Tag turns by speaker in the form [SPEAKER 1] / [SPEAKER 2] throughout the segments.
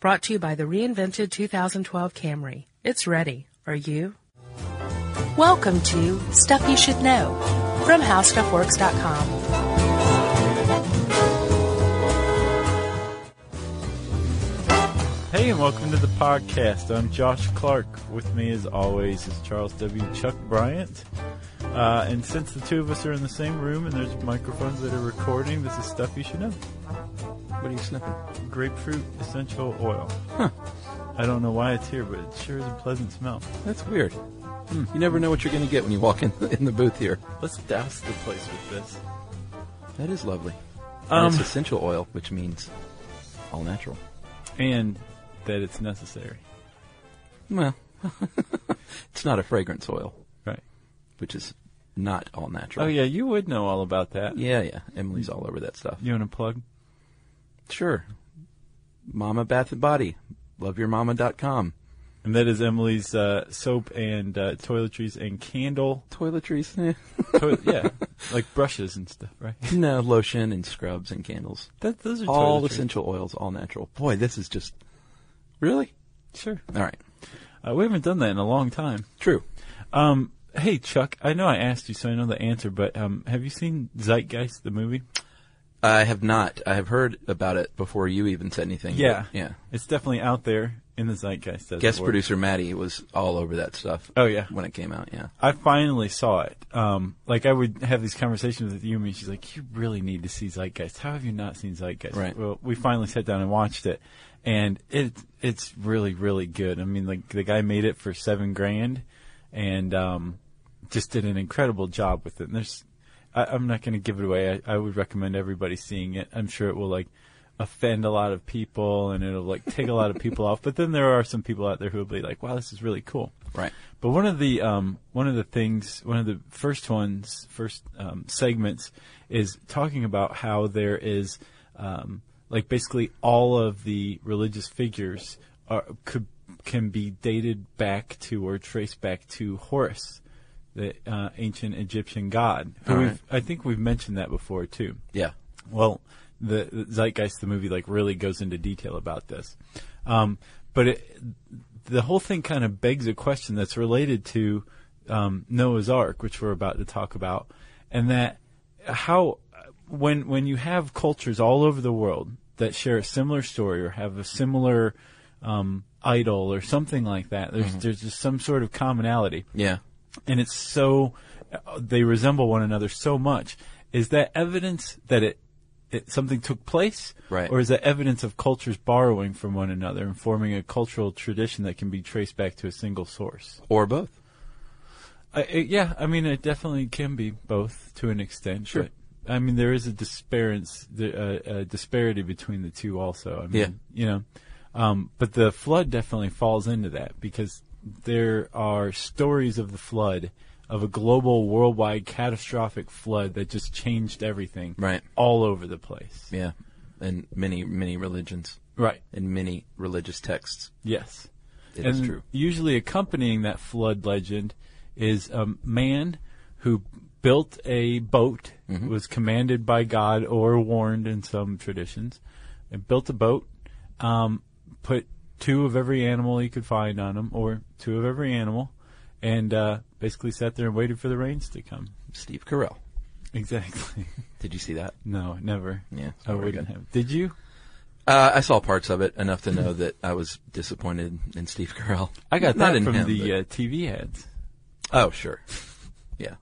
[SPEAKER 1] Brought to you by the reinvented 2012 Camry. It's ready. Are you? Welcome to Stuff You Should Know from HowStuffWorks.com.
[SPEAKER 2] Hey, and welcome to the podcast. I'm Josh Clark. With me, as always, is Charles W. Chuck Bryant. Uh, and since the two of us are in the same room and there's microphones that are recording, this is stuff you should know.
[SPEAKER 3] What are you sniffing?
[SPEAKER 2] Grapefruit essential oil. I don't know why it's here, but it sure is a pleasant smell.
[SPEAKER 3] That's weird. Hmm, You never know what you're going to get when you walk in in the booth here.
[SPEAKER 2] Let's douse the place with this.
[SPEAKER 3] That is lovely.
[SPEAKER 2] Um,
[SPEAKER 3] and it's essential oil, which means all natural.
[SPEAKER 2] And that it's necessary.
[SPEAKER 3] Well, it's not a fragrance oil,
[SPEAKER 2] Right.
[SPEAKER 3] which is not all natural.
[SPEAKER 2] Oh, yeah, you would know all about that.
[SPEAKER 3] Yeah, yeah. Emily's all over that stuff.
[SPEAKER 2] You want to plug?
[SPEAKER 3] Sure. Mama Bath and Body. Loveyourmama.com.
[SPEAKER 2] And that is Emily's uh, soap and uh, toiletries and candle.
[SPEAKER 3] Toiletries. Eh.
[SPEAKER 2] To- yeah, like brushes and stuff, right?
[SPEAKER 3] no, lotion and scrubs and candles.
[SPEAKER 2] That, those are
[SPEAKER 3] All
[SPEAKER 2] toiletries.
[SPEAKER 3] essential oils, all natural. Boy, this is just. Really?
[SPEAKER 2] Sure.
[SPEAKER 3] All right.
[SPEAKER 2] Uh, we haven't done that in a long time.
[SPEAKER 3] True.
[SPEAKER 2] Um, hey, Chuck, I know I asked you, so I know the answer, but um, have you seen Zeitgeist, the movie?
[SPEAKER 3] I have not. I have heard about it before you even said anything. but Yeah.
[SPEAKER 2] It's definitely out there in the Zeitgeist. as
[SPEAKER 3] Guest
[SPEAKER 2] it were.
[SPEAKER 3] producer Maddie was all over that stuff.
[SPEAKER 2] Oh, yeah.
[SPEAKER 3] When it came out, yeah.
[SPEAKER 2] I finally saw it. Um, like I would have these conversations with Yumi. She's like, "You really need to see Zeitgeist. How have you not seen Zeitgeist?"
[SPEAKER 3] Right.
[SPEAKER 2] Well, we finally sat down and watched it, and it it's really really good. I mean, like the guy made it for seven grand, and um, just did an incredible job with it. And there's, I, I'm not going to give it away. I, I would recommend everybody seeing it. I'm sure it will like offend a lot of people, and it'll like take a lot of people off. But then there are some people out there who will be like, "Wow, this is really cool."
[SPEAKER 3] Right.
[SPEAKER 2] But one of the um, one of the things, one of the first ones, first um, segments, is talking about how there is um, like basically all of the religious figures are could can be dated back to or traced back to Horus, the uh, ancient Egyptian god. Who
[SPEAKER 3] All
[SPEAKER 2] we've,
[SPEAKER 3] right.
[SPEAKER 2] I think we've mentioned that before too.
[SPEAKER 3] Yeah.
[SPEAKER 2] Well, the, the Zeitgeist, the movie, like really goes into detail about this, um, but it, the whole thing kind of begs a question that's related to um, Noah's Ark, which we're about to talk about, and that how when when you have cultures all over the world that share a similar story or have a similar um, idol or something like that, there's there's just some sort of commonality
[SPEAKER 3] Yeah.
[SPEAKER 2] and it's so they resemble one another so much. Is that evidence that it, it something took place,
[SPEAKER 3] Right.
[SPEAKER 2] or is that evidence of cultures borrowing from one another and forming a cultural tradition that can be traced back to a single source?
[SPEAKER 3] Or both.
[SPEAKER 2] I, I- yeah, I mean, it definitely can be both to an extent.
[SPEAKER 3] Sure.
[SPEAKER 2] But, I mean, there is a disparance, the, uh, uh, disparity between the two, also. I mean,
[SPEAKER 3] Yeah.
[SPEAKER 2] you know, um, but the flood definitely falls into that because there are stories of the flood, of a global, worldwide, catastrophic flood that just changed everything,
[SPEAKER 3] Right.
[SPEAKER 2] all over the place.
[SPEAKER 3] Yeah. And many, many religions
[SPEAKER 2] Right.
[SPEAKER 3] and many religious texts.
[SPEAKER 2] Yes.
[SPEAKER 3] It
[SPEAKER 2] and
[SPEAKER 3] is true.
[SPEAKER 2] Usually accompanying that flood legend is a man who built a boat,
[SPEAKER 3] Mm-hmm.
[SPEAKER 2] was commanded by God or warned in some traditions, and built a boat, um, put two of every animal he could find on him, or two of every animal, and uh, basically sat there and waited for the rains to come.
[SPEAKER 3] Steve Carell.
[SPEAKER 2] Exactly.
[SPEAKER 3] Did you see that?
[SPEAKER 2] no, never.
[SPEAKER 3] Yeah, it's
[SPEAKER 2] I
[SPEAKER 3] not very
[SPEAKER 2] wouldn't
[SPEAKER 3] good.
[SPEAKER 2] have. Did you?
[SPEAKER 3] Uh, I saw parts of it enough to know that I was disappointed in Steve Carell.
[SPEAKER 2] I got
[SPEAKER 3] Not
[SPEAKER 2] that
[SPEAKER 3] in
[SPEAKER 2] from
[SPEAKER 3] him,
[SPEAKER 2] the
[SPEAKER 3] but-
[SPEAKER 2] uh, TV ads.
[SPEAKER 3] Oh, sure. Yeah.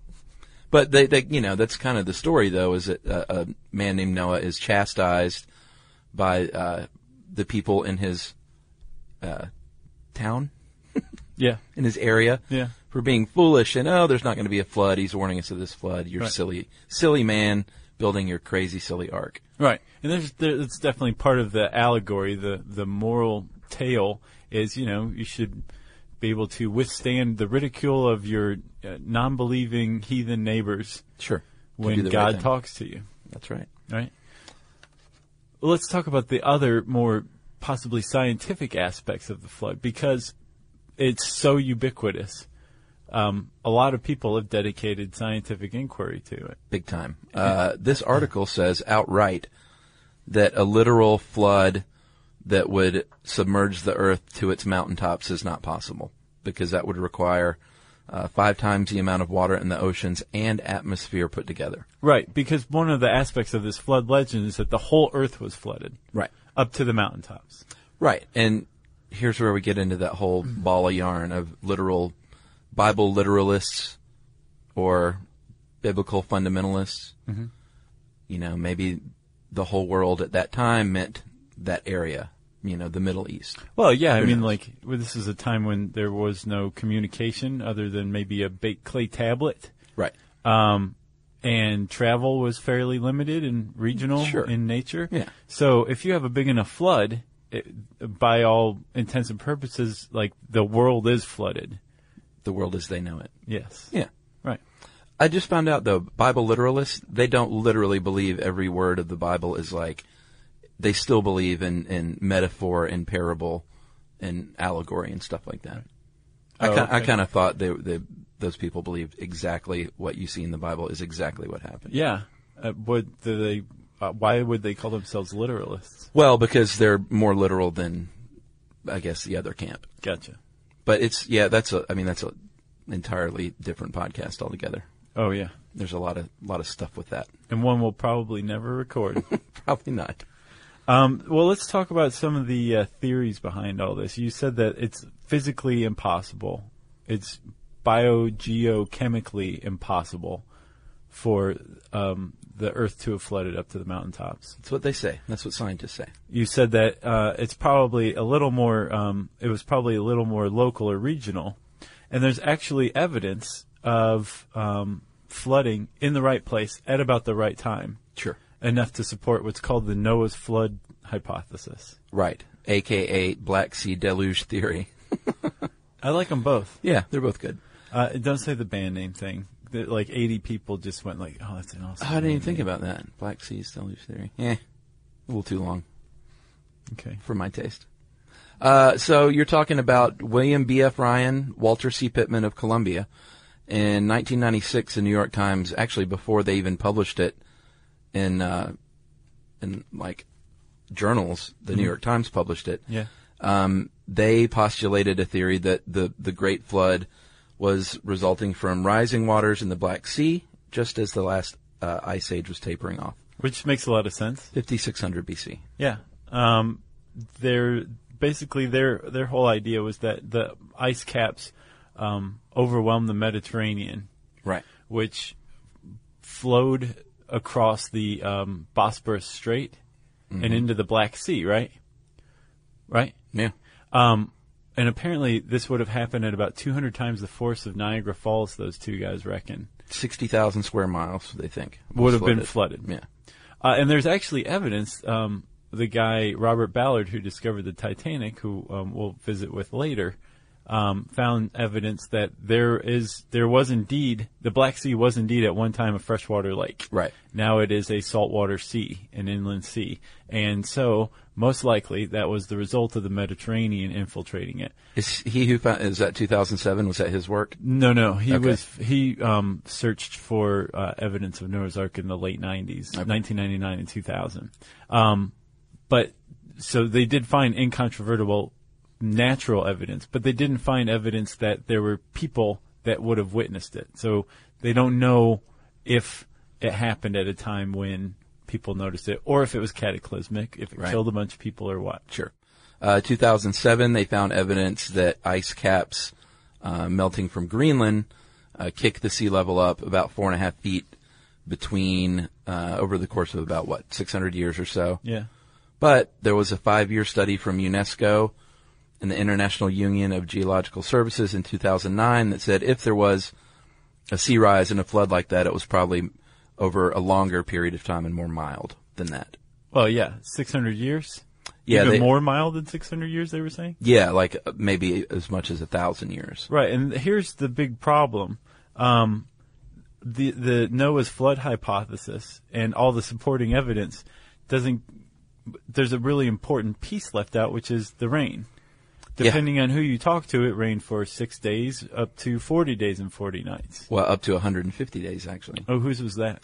[SPEAKER 3] But they, they, you know, that's kind of the story though, is that uh, a man named Noah is chastised by, uh, the people in his, uh, town,
[SPEAKER 2] Yeah.
[SPEAKER 3] in his area.
[SPEAKER 2] Yeah.
[SPEAKER 3] For being foolish and, oh, there's not going to be a flood. He's warning us of this flood. You're
[SPEAKER 2] Right.
[SPEAKER 3] silly, silly man building your crazy, silly ark.
[SPEAKER 2] Right, and there's there, that's definitely part of the allegory, the the moral tale is you know you should be able to withstand the ridicule of your uh, non-believing heathen neighbors
[SPEAKER 3] Sure. To do
[SPEAKER 2] when
[SPEAKER 3] the right
[SPEAKER 2] God
[SPEAKER 3] thing.
[SPEAKER 2] talks to you.
[SPEAKER 3] That's right.
[SPEAKER 2] Right. Well, let's talk about the other more possibly scientific aspects of the flood because it's so ubiquitous. Um, a lot of people have dedicated scientific inquiry to it.
[SPEAKER 3] Big time. Uh, this article says outright that a literal flood that would submerge the earth to its mountaintops is not possible because that would require uh, five times the amount of water in the oceans and atmosphere put together.
[SPEAKER 2] Right, because one of the aspects of this flood legend is that the whole earth was flooded.
[SPEAKER 3] Right.
[SPEAKER 2] Up to the mountaintops.
[SPEAKER 3] Right. And here's where we get into that whole ball of yarn of literal Bible literalists or biblical fundamentalists. You know, maybe the whole world at that time meant that area, you know, the Middle East.
[SPEAKER 2] Well, yeah, I
[SPEAKER 3] Who
[SPEAKER 2] mean,
[SPEAKER 3] knows?
[SPEAKER 2] like, well, this is a time when there was no communication other than maybe a baked clay tablet,
[SPEAKER 3] Right.
[SPEAKER 2] and travel was fairly limited and regional
[SPEAKER 3] Sure.
[SPEAKER 2] in nature.
[SPEAKER 3] Yeah.
[SPEAKER 2] So if you have a big enough flood, it, by all intents and purposes, like, the world is flooded.
[SPEAKER 3] The world as they know it.
[SPEAKER 2] Yes.
[SPEAKER 3] Yeah.
[SPEAKER 2] Right.
[SPEAKER 3] I just found out though, Bible literalists, they don't literally believe every word of the Bible is like, they still believe in, in metaphor and parable and allegory and stuff like that. I
[SPEAKER 2] Oh,
[SPEAKER 3] kind, I
[SPEAKER 2] okay.
[SPEAKER 3] kind of thought they, they, those people believed exactly what you see in the Bible is exactly what happened.
[SPEAKER 2] Yeah. Uh, would do they? Uh, why would they call themselves literalists?
[SPEAKER 3] Well, because they're more literal than, I guess, the other camp.
[SPEAKER 2] Gotcha.
[SPEAKER 3] But it's, yeah, that's a, I mean, that's a entirely different podcast altogether.
[SPEAKER 2] Oh yeah.
[SPEAKER 3] There's a lot of, lot of stuff with that.
[SPEAKER 2] And one we'll probably never record.
[SPEAKER 3] Probably not.
[SPEAKER 2] um, well, let's talk about some of the uh, theories behind all this. You said that it's physically impossible. It's biogeochemically impossible for um, the Earth to have flooded up to the mountaintops.
[SPEAKER 3] That's what they say. That's what scientists say.
[SPEAKER 2] you said that uh, it's probably a little more. Um, it was probably a little more local or regional, and there's actually evidence of um, flooding in the right place at about the right time,
[SPEAKER 3] Sure.
[SPEAKER 2] enough to support what's called the Noah's flood hypothesis.
[SPEAKER 3] Right. AKA Black Sea Deluge Theory.
[SPEAKER 2] I like them both.
[SPEAKER 3] Yeah, they're both good.
[SPEAKER 2] Uh, don't say the band name thing. That, like 80 people just went like, "Oh, that's an awesome."
[SPEAKER 3] I didn't even
[SPEAKER 2] band
[SPEAKER 3] think
[SPEAKER 2] name."
[SPEAKER 3] about that. Black Sea Deluge Theory. Eh. A little too long
[SPEAKER 2] Okay.
[SPEAKER 3] for my taste. Uh, so you're talking about William B.F. Ryan, Walter C. Pittman of Columbia. In 1996, the New York Times, actually before they even published it in, uh, in like journals, the New York Times published it.
[SPEAKER 2] Yeah.
[SPEAKER 3] um, they postulated a theory that the, the Great Flood was resulting from rising waters in the Black Sea just as the last uh, ice age was tapering off,
[SPEAKER 2] Which makes a lot of sense.
[SPEAKER 3] 5600 BC.
[SPEAKER 2] Yeah. Um, their basically their their whole idea was that the ice caps um, overwhelmed the Mediterranean,
[SPEAKER 3] Right.
[SPEAKER 2] which flowed across the um, Bosporus Strait and into the Black Sea. Right. Right.
[SPEAKER 3] Yeah.
[SPEAKER 2] And apparently, this would have happened at about 200 times the force of Niagara Falls. Those two guys reckon
[SPEAKER 3] 60,000 square miles, they think.
[SPEAKER 2] would have been
[SPEAKER 3] flooded.
[SPEAKER 2] flooded.
[SPEAKER 3] Yeah.
[SPEAKER 2] Uh, and there's actually evidence. Um, the guy Robert Ballard, who discovered the Titanic, who um, we'll visit with later, um, found evidence that there is there was indeed the Black Sea was indeed at one time a freshwater lake.
[SPEAKER 3] Right.
[SPEAKER 2] Now it is a saltwater sea, an inland sea, and so most likely that was the result of the Mediterranean infiltrating it.
[SPEAKER 3] Is he who found, is that 2007? Was that his work?
[SPEAKER 2] No, no, he
[SPEAKER 3] Okay.
[SPEAKER 2] was he um, searched for uh, evidence of Noah's Ark in the late '90s, 1999 and 2000. Um, but so they did find incontrovertible natural evidence, but they didn't find evidence that there were people that would have witnessed it. So they don't know if it happened at a time when people noticed it, or if it was cataclysmic, if it
[SPEAKER 3] Right.
[SPEAKER 2] killed a bunch of people, or what.
[SPEAKER 3] Sure. Uh, 2007, they found evidence that ice caps uh, melting from Greenland uh, kicked the sea level up about four and a half feet between uh, over the course of about what 600 years or so.
[SPEAKER 2] Yeah.
[SPEAKER 3] But there was a five-year study from UNESCO and the International Union of Geological Services in 2009 that said if there was a sea rise and a flood like that, it was probably over a longer period of time and more mild than that.
[SPEAKER 2] Well, yeah, 600 years.
[SPEAKER 3] Yeah,
[SPEAKER 2] Even
[SPEAKER 3] they-
[SPEAKER 2] more mild than 600 years, they were saying?
[SPEAKER 3] Yeah, like uh, maybe as much as a thousand years.
[SPEAKER 2] Right, and here's the big problem: um, the the Noah's flood hypothesis and all the supporting evidence doesn't. There's a really important piece left out, which is the rain. Depending on who you talk to, it rained for six days up to forty days and forty nights.
[SPEAKER 3] Well, up to 150 days, actually.
[SPEAKER 2] Oh, whose was that?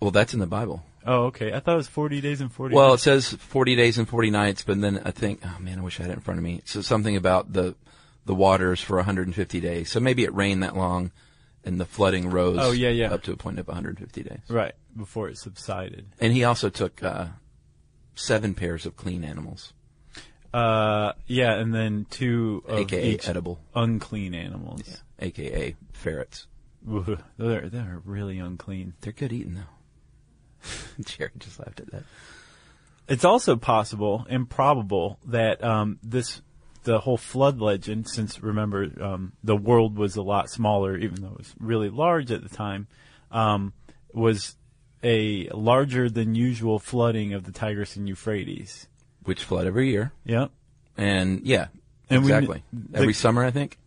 [SPEAKER 3] Well, that's in the Bible.
[SPEAKER 2] Oh, okay. I thought it was 40 days and 40
[SPEAKER 3] Well, it
[SPEAKER 2] nights.
[SPEAKER 3] says 40 days and 40 nights, but then I think, oh man, I wish I had it in front of me. So something about the, the waters for 150 days. So maybe it rained that long and the flooding rose
[SPEAKER 2] Oh, yeah, yeah.
[SPEAKER 3] up to a point of 150 days.
[SPEAKER 2] Right. Before it subsided.
[SPEAKER 3] And he also took, uh, seven pairs of clean animals,
[SPEAKER 2] Uh, yeah, and then two of
[SPEAKER 3] aka
[SPEAKER 2] each
[SPEAKER 3] edible,
[SPEAKER 2] unclean animals.
[SPEAKER 3] aka ferrets.
[SPEAKER 2] Woo. They're, they're really unclean.
[SPEAKER 3] They're good eating though. Jared just laughed at that.
[SPEAKER 2] It's also possible and probable that um, this, the whole flood legend, since remember um, the world was a lot smaller, even though it was really large at the time, um, was a larger than usual flooding of the Tigris and Euphrates.
[SPEAKER 3] Which flood every year.
[SPEAKER 2] Yep.
[SPEAKER 3] And yeah,
[SPEAKER 2] And we-
[SPEAKER 3] exactly.
[SPEAKER 2] the-
[SPEAKER 3] every summer, I think.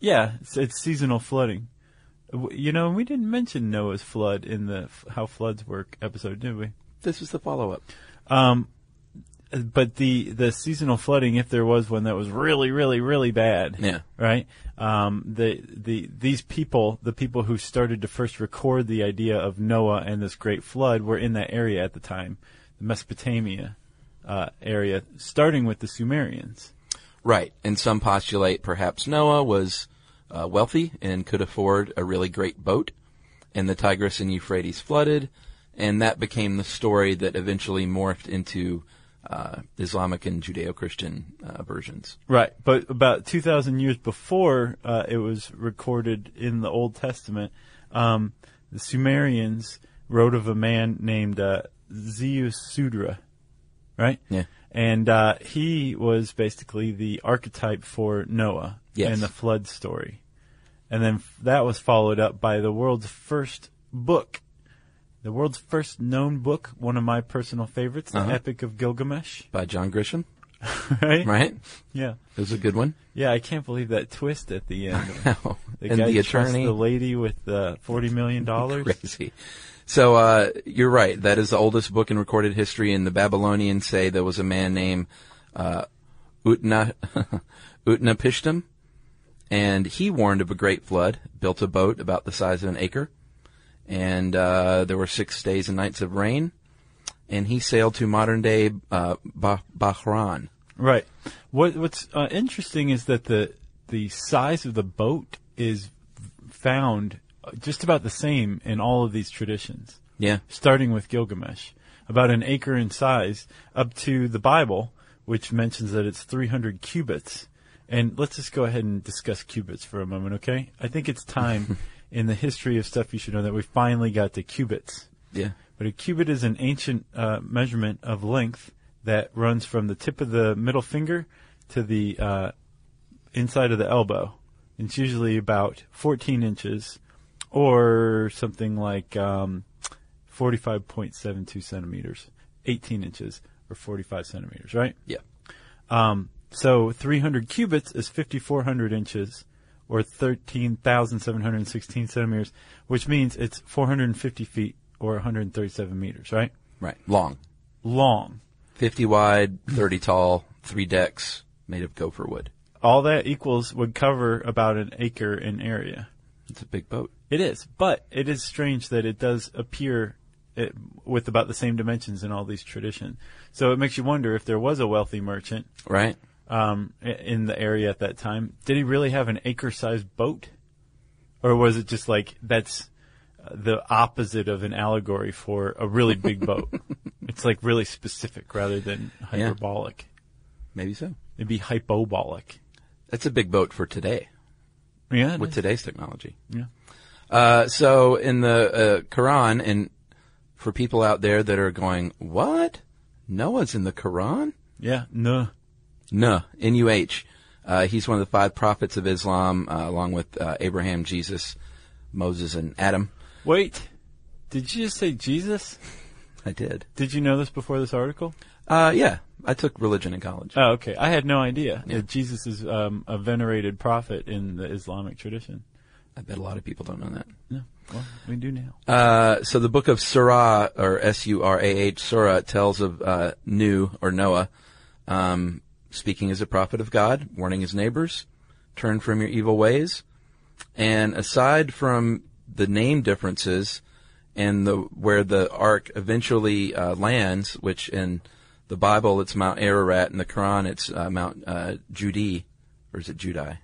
[SPEAKER 2] Yeah, it's, it's seasonal flooding. W- You know, we didn't mention Noah's flood in the f- how floods work episode, did we?
[SPEAKER 3] This is the follow up.
[SPEAKER 2] But the the seasonal flooding, if there was one that was really, really, really bad,
[SPEAKER 3] Yeah.
[SPEAKER 2] right? Um, the the these people, the people who started to first record the idea of Noah and this great flood, were in that area at the time, the Mesopotamia uh, area, starting with the Sumerians.
[SPEAKER 3] Right. And some postulate perhaps Noah was uh, wealthy and could afford a really great boat, and the Tigris and Euphrates flooded, and that became the story that eventually morphed into uh, Islamic and Judeo Christian uh, versions.
[SPEAKER 2] Right, but about 2,000 years before uh, it was recorded in the Old Testament, um, the Sumerians wrote of a man named uh, Zeus Sudra, right?
[SPEAKER 3] Yeah.
[SPEAKER 2] And uh, he was basically the archetype for Noah
[SPEAKER 3] Yes.
[SPEAKER 2] and the flood story. And then f- that was followed up by the world's first book, the world's first known book, one of my personal favorites,
[SPEAKER 3] Uh-huh.
[SPEAKER 2] the Epic of Gilgamesh,
[SPEAKER 3] By John Grisham,
[SPEAKER 2] right?
[SPEAKER 3] right?
[SPEAKER 2] Yeah.
[SPEAKER 3] It was a good one.
[SPEAKER 2] Yeah, I can't believe that twist at the end. The
[SPEAKER 3] and
[SPEAKER 2] guy
[SPEAKER 3] the
[SPEAKER 2] trusts
[SPEAKER 3] attorney.
[SPEAKER 2] the lady with the forty million dollars.
[SPEAKER 3] Crazy. So uh, you're right. That is the oldest book in recorded history, and the Babylonians say there was a man named uh, Utna Utnapishtim, and he warned of a great flood, built a boat about the size of an acre, and uh, there were six days and nights of rain, and he sailed to modern day uh, bah- Bahrain.
[SPEAKER 2] Right. What What's uh, interesting is that the the size of the boat is found just about the same in all of these traditions,
[SPEAKER 3] Yeah,
[SPEAKER 2] starting with Gilgamesh, about an acre in size, up to the Bible, which mentions that it's three hundred cubits. And let's just go ahead and discuss cubits for a moment, okay? I think it's time in the history of stuff you should know that we finally got to cubits.
[SPEAKER 3] yeah.
[SPEAKER 2] But a cubit is an ancient uh, measurement of length that runs from the tip of the middle finger to the uh, inside of the elbow. And It's usually about 14 inches or something like um, 45.72 centimeters, 18 inches or 45 centimeters, right?
[SPEAKER 3] Yeah.
[SPEAKER 2] So 300 cubits is 5,400 inches or 13,716 centimeters, which means it's 450 feet or 137 meters, right?
[SPEAKER 3] Right. Long.
[SPEAKER 2] Long.
[SPEAKER 3] 50 wide, 30 tall, three decks made of gopher wood.
[SPEAKER 2] All that equals would cover about an acre in area.
[SPEAKER 3] It's a big boat.
[SPEAKER 2] It is, but it is strange that it does appear it, with about the same dimensions in all these traditions. So it makes you wonder if there was a wealthy merchant
[SPEAKER 3] Right?
[SPEAKER 2] um, i- in the area at that time. Did he really have an acre-sized boat, or was it just like that's uh, the opposite of an allegory for a really big boat? It's like really specific rather than hyperbolic.
[SPEAKER 3] Maybe so.
[SPEAKER 2] It'd be hypobolic.
[SPEAKER 3] That's a big boat for today
[SPEAKER 2] Yeah. it
[SPEAKER 3] with
[SPEAKER 2] is.
[SPEAKER 3] today's technology.
[SPEAKER 2] Yeah.
[SPEAKER 3] Uh, so in the uh, Quran, and for people out there that are going, what? Noah's in the Quran?
[SPEAKER 2] yeah. No.
[SPEAKER 3] No, N-U-H. Uh, he's one of the five prophets of Islam, uh, along with uh, Abraham, Jesus, Moses, and Adam.
[SPEAKER 2] Wait. Did you just say Jesus?
[SPEAKER 3] I did.
[SPEAKER 2] Did you know this before this article?
[SPEAKER 3] Uh, yeah, I took religion in college.
[SPEAKER 2] Oh, okay. I had no idea that Jesus is um, a venerated prophet in the Islamic tradition.
[SPEAKER 3] I bet a lot of people don't know that.
[SPEAKER 2] No. Well, we do now.
[SPEAKER 3] Uh, so the book of Surah, or S-U-R-A-H, Surah, tells of uh, Nu, or Noah, um, speaking as a prophet of God, warning his neighbors, turn from your evil ways. And aside from the name differences, and the where the ark eventually uh, lands, which in the Bible it's Mount Ararat, in the Quran it's uh, Mount uh, Judi, or is it Judai?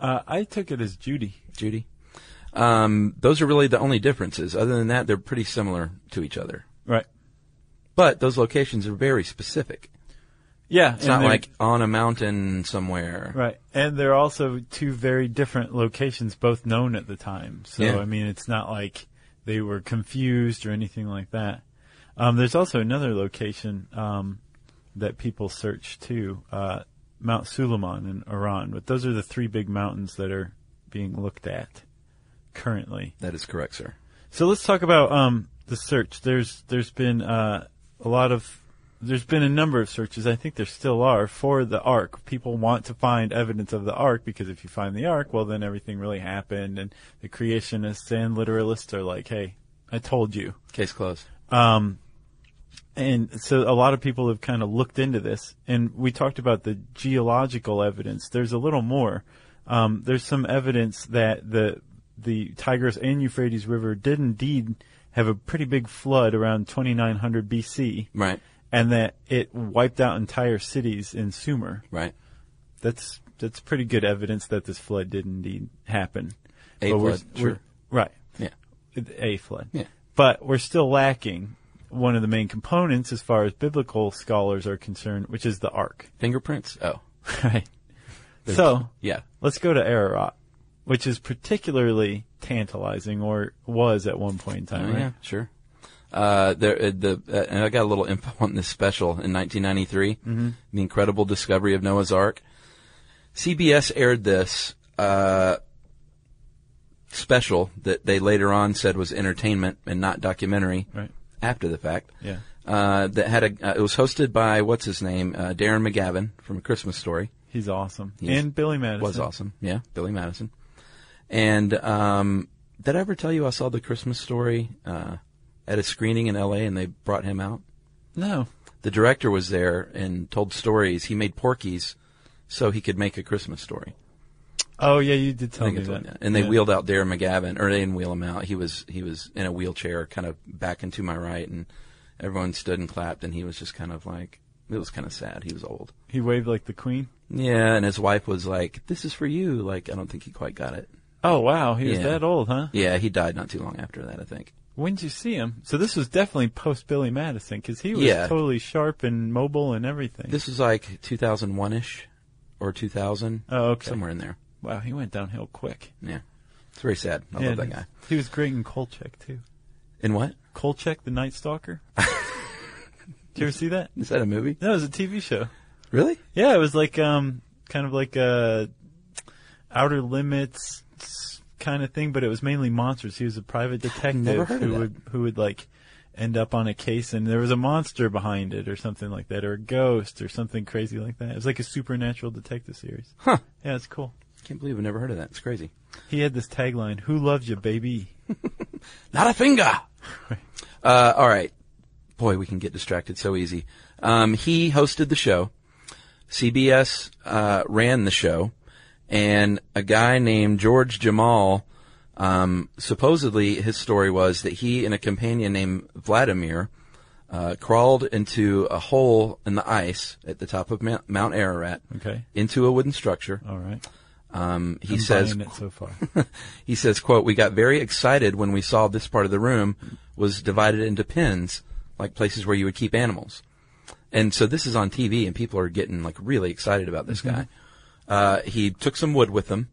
[SPEAKER 2] Uh, I took it as Judy.
[SPEAKER 3] Judy. Um, those are really the only differences. Other than that, they're pretty similar to each other.
[SPEAKER 2] Right.
[SPEAKER 3] But those locations are very specific.
[SPEAKER 2] Yeah.
[SPEAKER 3] It's not like on a mountain somewhere.
[SPEAKER 2] Right. And they're also two very different locations, both known at the time. So,
[SPEAKER 3] Yeah.
[SPEAKER 2] I mean, it's not like they were confused or anything like that. Um, there's also another location um, that people search too uh, Mount Suleiman in Iran. But those are the three big mountains that are being looked at currently.
[SPEAKER 3] That is correct, sir.
[SPEAKER 2] So let's talk about um, the search. There's there's been uh, a lot of there's been a number of searches. I think there still are for the Ark. People want to find evidence of the Ark because if you find the Ark, well then everything really happened. And the creationists and literalists are like, hey, I told you.
[SPEAKER 3] Case closed.
[SPEAKER 2] And so a lot of people have kind of looked into this, and we talked about the geological evidence. There's a little more. Um, there's some evidence that the the Tigris and Euphrates River did indeed have a pretty big flood around 2900 BC,
[SPEAKER 3] Right.
[SPEAKER 2] and that it wiped out entire cities in Sumer.
[SPEAKER 3] Right.
[SPEAKER 2] That's that's pretty good evidence that this flood did indeed happen.
[SPEAKER 3] A
[SPEAKER 2] But we're-
[SPEAKER 3] flood,
[SPEAKER 2] we're-
[SPEAKER 3] sure.
[SPEAKER 2] Right
[SPEAKER 3] Yeah.
[SPEAKER 2] a flood.
[SPEAKER 3] Yeah.
[SPEAKER 2] But we're still lacking one of the main components as far as biblical scholars are concerned, which is the ark.
[SPEAKER 3] Fingerprints? Oh.
[SPEAKER 2] Right. so
[SPEAKER 3] Yeah.
[SPEAKER 2] let's go to Ararat, which is particularly tantalizing or was at one point in time.
[SPEAKER 3] Oh,
[SPEAKER 2] right?
[SPEAKER 3] yeah, sure. Uh, there, uh, the, uh, and I got a little info on this special in 1993,
[SPEAKER 2] Mm-hmm.
[SPEAKER 3] The Incredible Discovery of Noah's Ark. CBS aired this, uh, special that they later on said was entertainment and not documentary
[SPEAKER 2] Right.
[SPEAKER 3] after the fact.
[SPEAKER 2] Yeah.
[SPEAKER 3] Uh, that had a, uh, it was hosted by, what's his name, uh, Darren McGavin from A Christmas Story.
[SPEAKER 2] He's awesome.
[SPEAKER 3] He's-
[SPEAKER 2] and Billy Madison.
[SPEAKER 3] Was awesome. Yeah, Billy Madison. And um, did I ever tell you I saw the Christmas story uh, at a screening in L.A. and they brought him out?
[SPEAKER 2] No.
[SPEAKER 3] The director was there and told stories. He made Porky's so he could make a Christmas story.
[SPEAKER 2] Oh yeah, you did
[SPEAKER 3] I
[SPEAKER 2] tell
[SPEAKER 3] think
[SPEAKER 2] me
[SPEAKER 3] I told
[SPEAKER 2] that.
[SPEAKER 3] you that. And they
[SPEAKER 2] Yeah.
[SPEAKER 3] wheeled out Darren McGavin, or they didn't wheel him out. He was he was in a wheelchair, kind of back and to my right, and everyone stood and clapped, and he was just kind of like it was kind of sad. He was old.
[SPEAKER 2] He waved like the queen.
[SPEAKER 3] Yeah, and his wife was like, "This is for you." Like I don't think he quite got it.
[SPEAKER 2] Oh wow, he was
[SPEAKER 3] Yeah.
[SPEAKER 2] that old, huh?
[SPEAKER 3] Yeah, he died not too long after that, I think.
[SPEAKER 2] When did you see him? So this was definitely post Billy Madison because he was
[SPEAKER 3] Yeah.
[SPEAKER 2] totally sharp and mobile and everything.
[SPEAKER 3] This was like 2001 ish or 2000.
[SPEAKER 2] Oh, okay.
[SPEAKER 3] Somewhere in there.
[SPEAKER 2] Wow, he went downhill quick.
[SPEAKER 3] Yeah. It's very sad. I love that guy.
[SPEAKER 2] He was great in Kolchak too.
[SPEAKER 3] In what?
[SPEAKER 2] Kolchak, the Night Stalker. Did you ever see that?
[SPEAKER 3] Is that a movie?
[SPEAKER 2] That was a TV show.
[SPEAKER 3] Really?
[SPEAKER 2] Yeah, it was like um, kind of like a Outer Limits kind of thing, but it was mainly monsters. He was a private detective
[SPEAKER 3] never heard of
[SPEAKER 2] who
[SPEAKER 3] that.
[SPEAKER 2] would who would like end up on a case, and there was a monster behind it, or something like that, or a ghost, or something crazy like that. It was like a supernatural detective series.
[SPEAKER 3] Huh.
[SPEAKER 2] Yeah, it's cool.
[SPEAKER 3] Can't believe I've never heard of that. It's crazy.
[SPEAKER 2] He had this tagline: "Who loves you, baby?"
[SPEAKER 3] Not a finger!
[SPEAKER 2] Right.
[SPEAKER 3] Uh, all right. Boy, we can get distracted so easy. Um, he hosted the show. CBS uh, ran the show, and a guy named George Jamal. Um, supposedly, his story was that he and a companion named Vladimir uh, crawled into a hole in the ice at the top of Mount, Mount Ararat
[SPEAKER 2] Okay.
[SPEAKER 3] into a wooden structure.
[SPEAKER 2] All right.
[SPEAKER 3] Um, he
[SPEAKER 2] I'm
[SPEAKER 3] says,
[SPEAKER 2] buying it so far.
[SPEAKER 3] he says, quote, we got very excited when we saw this part of the room was divided into pens, like places where you would keep animals. And so this is on TV and people are getting like really excited about this guy. Uh, he took some wood with him.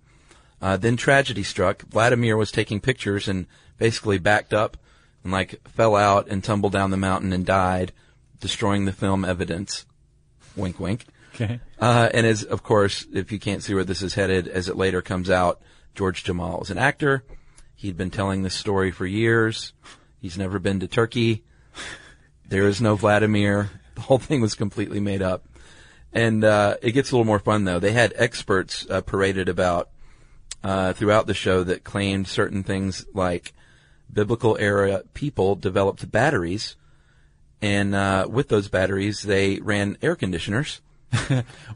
[SPEAKER 3] Uh, then tragedy struck. Vladimir was taking pictures and basically backed up and like fell out and tumbled down the mountain and died, destroying the film evidence. Wink, wink.
[SPEAKER 2] Okay.
[SPEAKER 3] Uh, and as, of course, if you can't see where this is headed, as it later comes out, George Jamal is an actor. He'd been telling this story for years. He's never been to Turkey. There is no Vladimir. The whole thing was completely made up. And, uh, it gets a little more fun though. They had experts uh, paraded about, uh, throughout the show that claimed certain things like biblical era people developed batteries. And, uh, with those batteries, they ran air conditioners.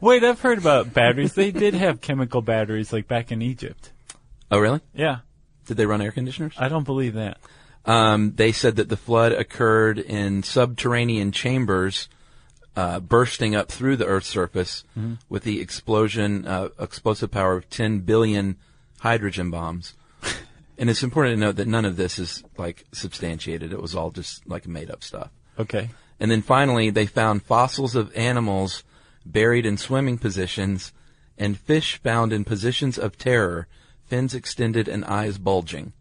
[SPEAKER 2] Wait, I've heard about batteries. they did have chemical batteries like back in Egypt.
[SPEAKER 3] Oh, really?
[SPEAKER 2] Yeah.
[SPEAKER 3] Did they run air conditioners?
[SPEAKER 2] I don't believe that.
[SPEAKER 3] Um, they said that the flood occurred in subterranean chambers, uh, bursting up through the Earth's surface with the explosion, uh, explosive power of 10 billion hydrogen bombs. and it's important to note that none of this is like substantiated. It was all just like made up stuff.
[SPEAKER 2] Okay.
[SPEAKER 3] And then finally, they found fossils of animals buried in swimming positions and fish found in positions of terror, fins extended and eyes bulging.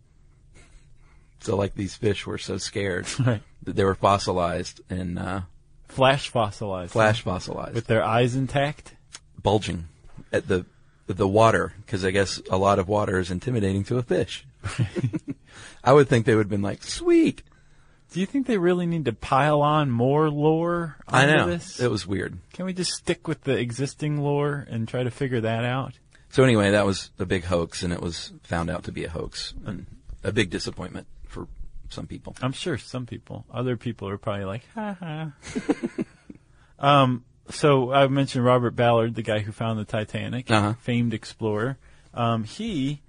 [SPEAKER 3] So like these fish were so scared
[SPEAKER 2] Right.
[SPEAKER 3] that they were fossilized and uh,
[SPEAKER 2] Flash fossilized.
[SPEAKER 3] flash fossilized,
[SPEAKER 2] With their eyes intact.
[SPEAKER 3] bulging at the the water because I guess a lot of water is intimidating to a fish. I would think they would have been like, sweet.
[SPEAKER 2] Do you think they really need to pile on more lore
[SPEAKER 3] I
[SPEAKER 2] onto
[SPEAKER 3] know
[SPEAKER 2] this?
[SPEAKER 3] it was weird.
[SPEAKER 2] Can we just stick with the existing lore and try to figure that out?
[SPEAKER 3] So anyway, that was a big hoax, and it was found out to be a hoax, and a big disappointment for some people.
[SPEAKER 2] I'm sure some people, other people are probably like, ha ha. um, so I mentioned Robert Ballard, the guy who found the Titanic,
[SPEAKER 3] Uh-huh.
[SPEAKER 2] famed explorer. Um, he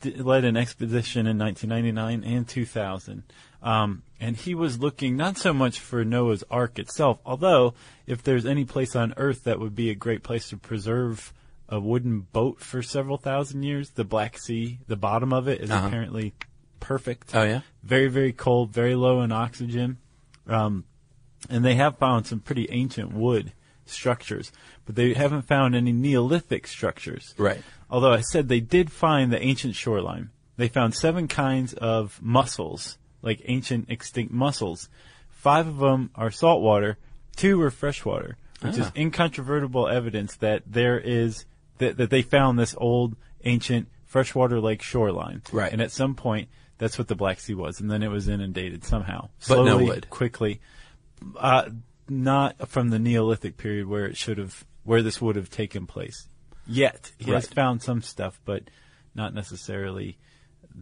[SPEAKER 2] d- led an expedition in 1999 and 2000. Um, and he was looking not so much for Noah's Ark itself, although if there's any place on Earth that would be a great place to preserve a wooden boat for several thousand years, the Black Sea, the bottom of it is
[SPEAKER 3] Uh-huh.
[SPEAKER 2] apparently perfect
[SPEAKER 3] Oh yeah,
[SPEAKER 2] very very cold, very low in oxygen, um, and they have found some pretty ancient wood structures, but they haven't found any Neolithic structures.
[SPEAKER 3] right.
[SPEAKER 2] Although I said they did find the ancient shoreline. They found seven kinds of mussels, like ancient extinct mussels. Five of them are saltwater, two are freshwater, which is
[SPEAKER 3] Ah.
[SPEAKER 2] incontrovertible evidence that there is that, that they found this old ancient freshwater lake shoreline.
[SPEAKER 3] Right.
[SPEAKER 2] And at some point, that's what the Black Sea was, and then it was inundated somehow,
[SPEAKER 3] But no
[SPEAKER 2] slowly,
[SPEAKER 3] wood.
[SPEAKER 2] quickly. Uh, not from the Neolithic period where it should have, where this would have taken place yet. He has
[SPEAKER 3] Right.
[SPEAKER 2] found some stuff, but not necessarily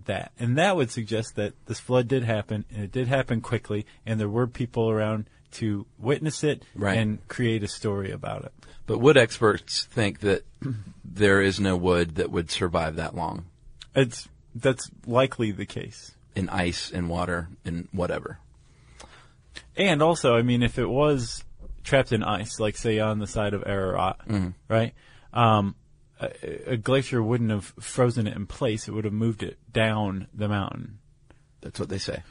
[SPEAKER 2] that. And that would suggest that this flood did happen, and it did happen quickly, and there were people around to witness it
[SPEAKER 3] Right.
[SPEAKER 2] and create a story about it.
[SPEAKER 3] But wood experts think that there is no wood that would survive that long
[SPEAKER 2] It's that's likely the case.
[SPEAKER 3] in ice and water and whatever.
[SPEAKER 2] And also, I mean, if it was trapped in ice, like say on the side of Ararat, right? Um, a, a glacier wouldn't have frozen it in place; it would have moved it down the mountain.
[SPEAKER 3] That's what they say.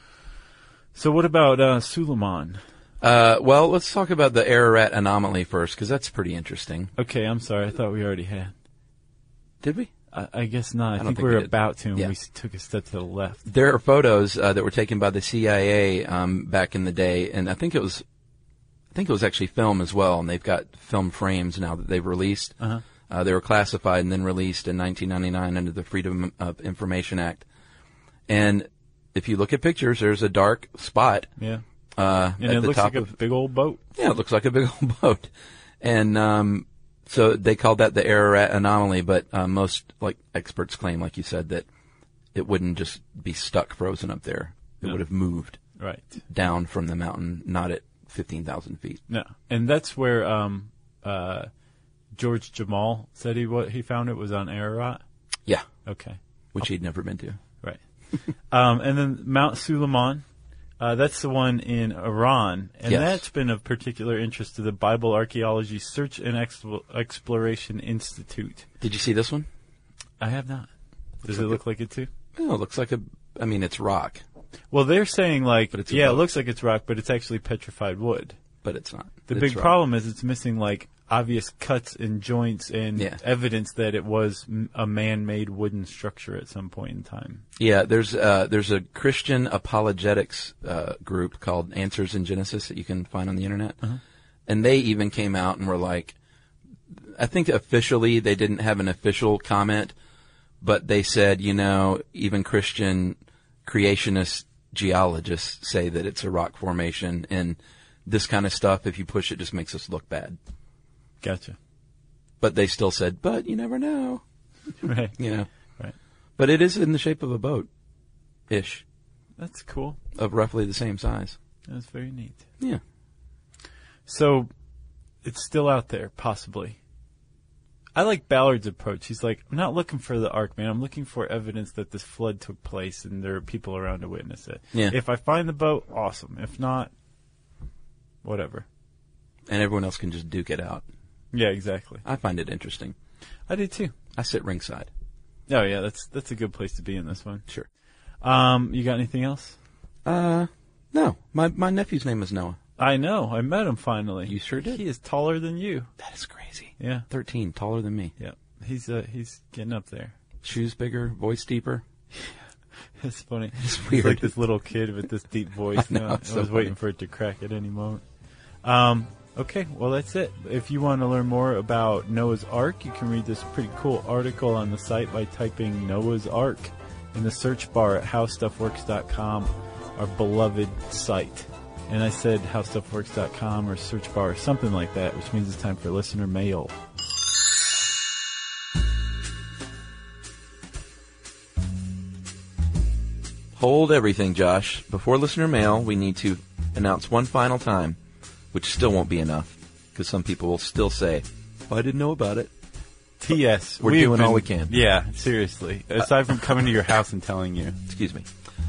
[SPEAKER 2] So, what about uh, Suleiman?
[SPEAKER 3] Uh, well, let's talk about the Ararat anomaly first, because that's pretty interesting.
[SPEAKER 2] Okay, I'm sorry. I thought we already had.
[SPEAKER 3] Did we?
[SPEAKER 2] I, I guess not. I,
[SPEAKER 3] don't
[SPEAKER 2] think,
[SPEAKER 3] think
[SPEAKER 2] we were
[SPEAKER 3] we did.
[SPEAKER 2] about to, and
[SPEAKER 3] Yeah.
[SPEAKER 2] we s- took a step to the left.
[SPEAKER 3] There are photos uh, that were taken by the CIA um, back in the day, and I think it was, I think it was actually film as well. And they've got film frames now that they've released.
[SPEAKER 2] Uh-huh.
[SPEAKER 3] Uh, they were classified and then released in 1999 under the Freedom of Information Act. And if you look at pictures, there's a dark spot
[SPEAKER 2] Yeah,
[SPEAKER 3] uh,
[SPEAKER 2] and
[SPEAKER 3] at
[SPEAKER 2] it
[SPEAKER 3] the
[SPEAKER 2] looks
[SPEAKER 3] top
[SPEAKER 2] like a
[SPEAKER 3] of
[SPEAKER 2] big old boat.
[SPEAKER 3] Yeah, it looks like a big old boat. And um, so they called that the Ararat anomaly, but uh, most like experts claim, like you said, that it wouldn't just be stuck frozen up there. It
[SPEAKER 2] No.
[SPEAKER 3] would have moved
[SPEAKER 2] Right.
[SPEAKER 3] down from the mountain, not at 15,000 feet.
[SPEAKER 2] No, and that's where um, uh, George Jamal said he what he found it was on Ararat.
[SPEAKER 3] Yeah,
[SPEAKER 2] Okay.
[SPEAKER 3] which he'd never been to.
[SPEAKER 2] Right. um, and then Mount Suleiman. Uh, that's the one in Iran, and
[SPEAKER 3] Yes.
[SPEAKER 2] that's been of particular interest to the Bible Archaeology Search and Expl- Exploration Institute.
[SPEAKER 3] Did you see this one?
[SPEAKER 2] I have not. Does it
[SPEAKER 3] like
[SPEAKER 2] look like it too?
[SPEAKER 3] No, it looks like a. I mean, it's rock,
[SPEAKER 2] Well, they're saying like,
[SPEAKER 3] But it's a
[SPEAKER 2] yeah, it
[SPEAKER 3] rock.
[SPEAKER 2] looks like it's rock, but it's actually petrified wood.
[SPEAKER 3] but it's not.
[SPEAKER 2] The
[SPEAKER 3] It's
[SPEAKER 2] big
[SPEAKER 3] rock.
[SPEAKER 2] problem is it's missing like obvious cuts and joints and
[SPEAKER 3] Yeah.
[SPEAKER 2] evidence that it was m- a man-made wooden structure at some point in time.
[SPEAKER 3] Yeah, there's uh, there's a Christian apologetics uh, group called Answers in Genesis that you can find on the internet, and they even came out and were like, I think officially they didn't have an official comment, but they said, you know, even Christian creationist geologists say that it's a rock formation, and this kind of stuff, if you push it, just makes us look bad.
[SPEAKER 2] Gotcha.
[SPEAKER 3] But they still said, but you never know,
[SPEAKER 2] Right.
[SPEAKER 3] you know.
[SPEAKER 2] Right.
[SPEAKER 3] But it is in the shape of a boat, ish,
[SPEAKER 2] That's cool.
[SPEAKER 3] of roughly the same size.
[SPEAKER 2] That's very neat.
[SPEAKER 3] Yeah.
[SPEAKER 2] So it's still out there, possibly. I like Ballard's approach. He's like, I'm not looking for the ark, man. I'm looking for evidence that this flood took place and there are people around to witness it.
[SPEAKER 3] Yeah.
[SPEAKER 2] If I find the boat, awesome. If not, whatever.
[SPEAKER 3] and everyone else can just duke it out.
[SPEAKER 2] Yeah, exactly.
[SPEAKER 3] I find it interesting.
[SPEAKER 2] I do too.
[SPEAKER 3] I sit ringside.
[SPEAKER 2] Oh yeah, that's that's a good place to be in this one.
[SPEAKER 3] Sure.
[SPEAKER 2] Um, you got anything else?
[SPEAKER 3] Uh, no. My my nephew's name is Noah.
[SPEAKER 2] I know. I met him finally.
[SPEAKER 3] You sure did.
[SPEAKER 2] He is taller than you.
[SPEAKER 3] That is crazy.
[SPEAKER 2] Yeah.
[SPEAKER 3] Thirteen, taller than me.
[SPEAKER 2] Yeah. He's uh he's getting up there.
[SPEAKER 3] Shoes bigger, voice deeper.
[SPEAKER 2] It's funny.
[SPEAKER 3] It's
[SPEAKER 2] He's
[SPEAKER 3] weird.
[SPEAKER 2] like this little kid with this deep voice.
[SPEAKER 3] know,
[SPEAKER 2] now.
[SPEAKER 3] it's
[SPEAKER 2] I
[SPEAKER 3] so
[SPEAKER 2] was waiting for it to crack at any moment. Um, okay, well that's it. If you want to learn more about Noah's Ark, you can read this pretty cool article on the site by typing Noah's Ark in the search bar at howstuffworks.com, our beloved site. And I said howstuffworks.com or search bar or something like that, which means it's time for listener mail.
[SPEAKER 3] Hold everything, Josh. Before listener mail, we need to announce one final time, which still won't be enough, because some people will still say, "Well, I didn't know about it.
[SPEAKER 2] TS,
[SPEAKER 3] We're
[SPEAKER 2] have
[SPEAKER 3] doing all we can.
[SPEAKER 2] Yeah, seriously. Aside from coming to your house and telling you.
[SPEAKER 3] excuse me.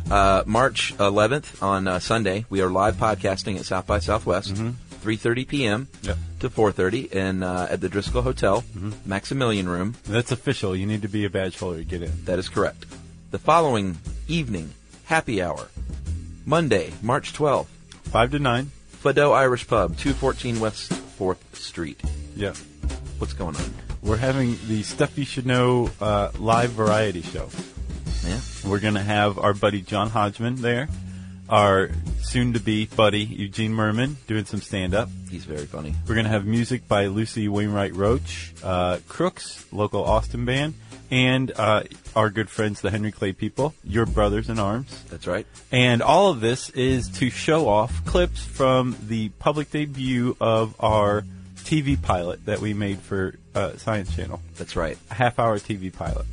[SPEAKER 3] Uh, March 11th on uh, Sunday, we are live podcasting at South by Southwest, 3:30 p.m.
[SPEAKER 2] Yep.
[SPEAKER 3] to 4:30, in uh, at the Driscoll Hotel, Maximilian Room.
[SPEAKER 2] That's official. You need to be a badge holder to get in.
[SPEAKER 3] That is correct. The following evening, happy hour, Monday, March 12th,
[SPEAKER 2] Five to nine.
[SPEAKER 3] Fado Irish Pub, 214 West Fourth Street.
[SPEAKER 2] Yeah.
[SPEAKER 3] What's going on?
[SPEAKER 2] We're having the Stuff You Should Know uh, live variety show.
[SPEAKER 3] Yeah,
[SPEAKER 2] We're going to have our buddy John Hodgman there, our soon to be buddy Eugene Merman doing some stand up.
[SPEAKER 3] he's very funny.
[SPEAKER 2] We're going to have music by Lucy Wainwright Roach, uh, Crooks, local Austin band, and uh, our good friends, the Henry Clay people, your brothers in arms.
[SPEAKER 3] That's right.
[SPEAKER 2] And all of this is to show off clips from the public debut of our TV pilot that we made for uh, Science Channel.
[SPEAKER 3] That's right.
[SPEAKER 2] A half hour TV pilot.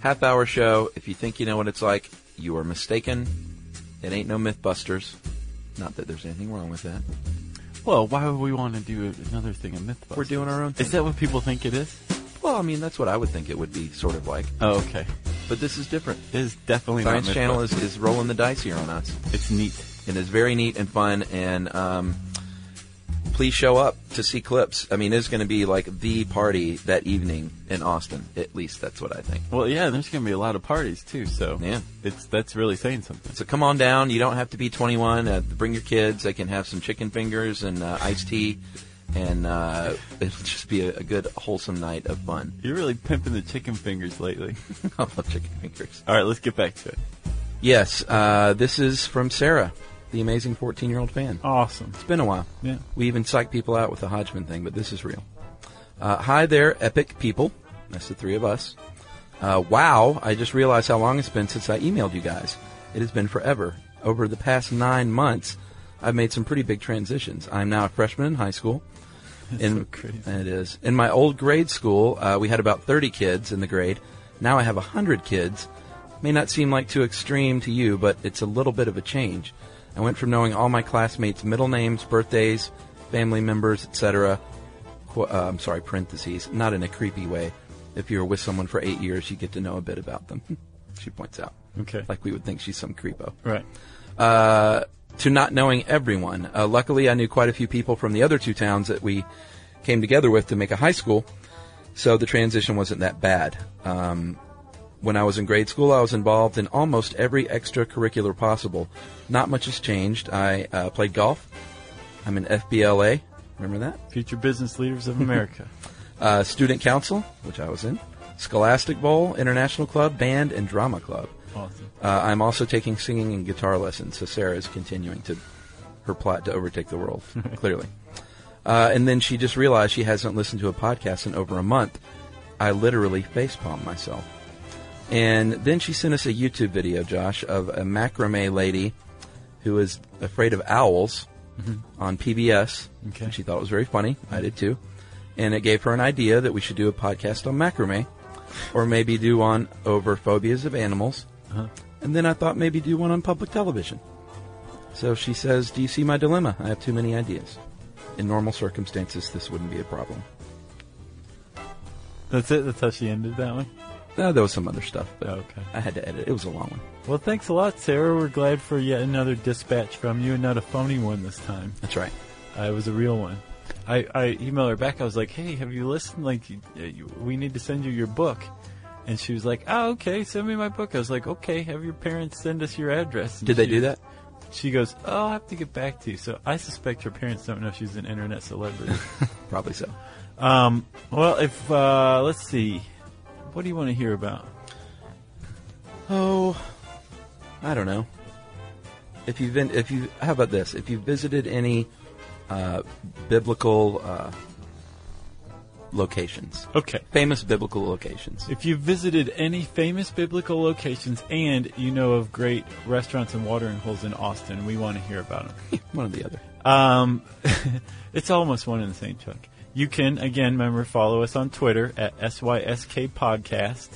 [SPEAKER 3] Half hour show. If you think you know what it's like, you are mistaken. It ain't no Mythbusters. Not that there's anything wrong with that.
[SPEAKER 2] Well, why would we want to do another thing, a myth?
[SPEAKER 3] We're doing our own thing.
[SPEAKER 2] Is that what people think it is?
[SPEAKER 3] Well, I mean, that's what I would think it would be sort of like.
[SPEAKER 2] Oh, okay.
[SPEAKER 3] But this is different.
[SPEAKER 2] It is definitely
[SPEAKER 3] Science
[SPEAKER 2] not
[SPEAKER 3] Channel
[SPEAKER 2] Mythbusters.
[SPEAKER 3] is, is rolling the dice here on us.
[SPEAKER 2] It's neat.
[SPEAKER 3] It is very neat and fun, and um, please show up to see clips. I mean, it's going to be like the party that evening in Austin. At least that's what I think.
[SPEAKER 2] Well, yeah, there's going to be a lot of parties too, so
[SPEAKER 3] Yeah.
[SPEAKER 2] it's that's really saying something.
[SPEAKER 3] So come on down. You don't have to be 21. Uh, bring your kids. They can have some chicken fingers and uh, iced tea, and uh, it'll just be a, a good, wholesome night of fun.
[SPEAKER 2] You're really pimping the chicken fingers lately.
[SPEAKER 3] I love chicken fingers.
[SPEAKER 2] All right, let's get back to it.
[SPEAKER 3] Yes, uh, this is from Sarah, the amazing 14 year old fan.
[SPEAKER 2] Awesome.
[SPEAKER 3] It's been a while.
[SPEAKER 2] Yeah.
[SPEAKER 3] We even psych people out with the Hodgman thing, but this is real. Uh, hi there, epic people. That's the three of us. Uh, wow, I just realized how long it's been since I emailed you guys. It has been forever. Over the past nine months, I've made some pretty big transitions. I'm now a freshman in high school. In,
[SPEAKER 2] so crazy.
[SPEAKER 3] It is. In my old grade school, uh, we had about 30 kids in the grade. Now I have 100 kids. May not seem like too extreme to you, but it's a little bit of a change. I went from knowing all my classmates' middle names, birthdays, family members, etc. Qu- Uh, I'm sorry, parentheses, not in a creepy way. If you were with someone for eight years, you get to know a bit about them. she points out.
[SPEAKER 2] Okay.
[SPEAKER 3] Like we would think she's some creepo
[SPEAKER 2] Right.
[SPEAKER 3] uh, to not knowing everyone. Uh, luckily, I knew quite a few people from the other two towns that we came together with to make a high school, so the transition wasn't that bad. Um, when I was in grade school, I was involved in almost every extracurricular possible. Not much has changed. I uh, played golf. I'm in FBLA. Remember that?
[SPEAKER 2] Future business leaders of America.
[SPEAKER 3] uh, student council, which I was in, Scholastic Bowl, International Club, Band, and Drama Club.
[SPEAKER 2] Awesome.
[SPEAKER 3] Uh, I'm also taking singing and guitar lessons, so Sarah is continuing to her plot to overtake the world, clearly. Uh, and then she just realized she hasn't listened to a podcast in over a month. I literally facepalmed myself. And then she sent us a YouTube video, Josh, of a macrame lady who is afraid of owls on PBS.
[SPEAKER 2] Okay.
[SPEAKER 3] And She thought it was very funny. I did too. And it gave her an idea that we should do a podcast on macrame or maybe do one over phobias of animals.
[SPEAKER 2] Uh-huh.
[SPEAKER 3] And then I thought maybe do one on public television. So she says, Do you see my dilemma? I have too many ideas. In normal circumstances, this wouldn't be a problem.
[SPEAKER 2] That's it. That's how she ended that one.
[SPEAKER 3] No, Uh, there was some other stuff, but
[SPEAKER 2] Okay.
[SPEAKER 3] I had to edit. It was a long one.
[SPEAKER 2] Well, thanks a lot, Sarah. We're glad for yet another dispatch from you, and not a phony one this time.
[SPEAKER 3] That's right.
[SPEAKER 2] Uh, it was a real one. I, I emailed her back. I was like, "Hey, have you listened? Like, you, uh, you, we need to send you your book." And she was like, "Oh, okay, send me my book." I was like, "Okay, have your parents send us your address." And
[SPEAKER 3] Did they
[SPEAKER 2] she-
[SPEAKER 3] do that?
[SPEAKER 2] She goes, "Oh, I'll have to get back to you." So I suspect her parents don't know she's an internet celebrity.
[SPEAKER 3] Probably so.
[SPEAKER 2] um, well, if uh, let's see, what do you want to hear about?
[SPEAKER 3] Oh, I don't know. If you've been, if you, how about this? If you've visited any uh, biblical uh, locations,
[SPEAKER 2] Okay.
[SPEAKER 3] famous biblical locations,
[SPEAKER 2] If you've visited any famous biblical locations and you know of great restaurants and watering holes in Austin, we want to hear about them.
[SPEAKER 3] one or the other.
[SPEAKER 2] Um, it's almost one in the same chunk. You can, again, remember, follow us on Twitter at SYSK Podcast.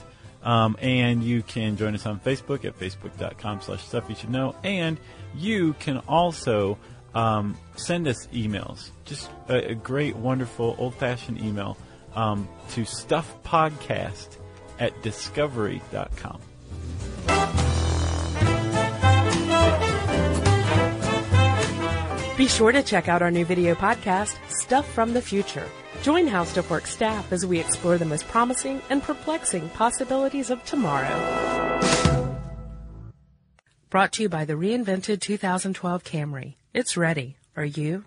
[SPEAKER 2] Um, and you can join us on Facebook at facebook.com slash stuff you should know. And you can also um, send us emails. Just a, a great, wonderful, old fashioned email um, to stuffpodcast at discovery.com.
[SPEAKER 1] Be sure to check out our new video podcast, Stuff from the Future. Join How Stuff Works staff as we explore the most promising and perplexing possibilities of tomorrow. Brought to you by the reinvented 2012 Camry. It's ready. Are you?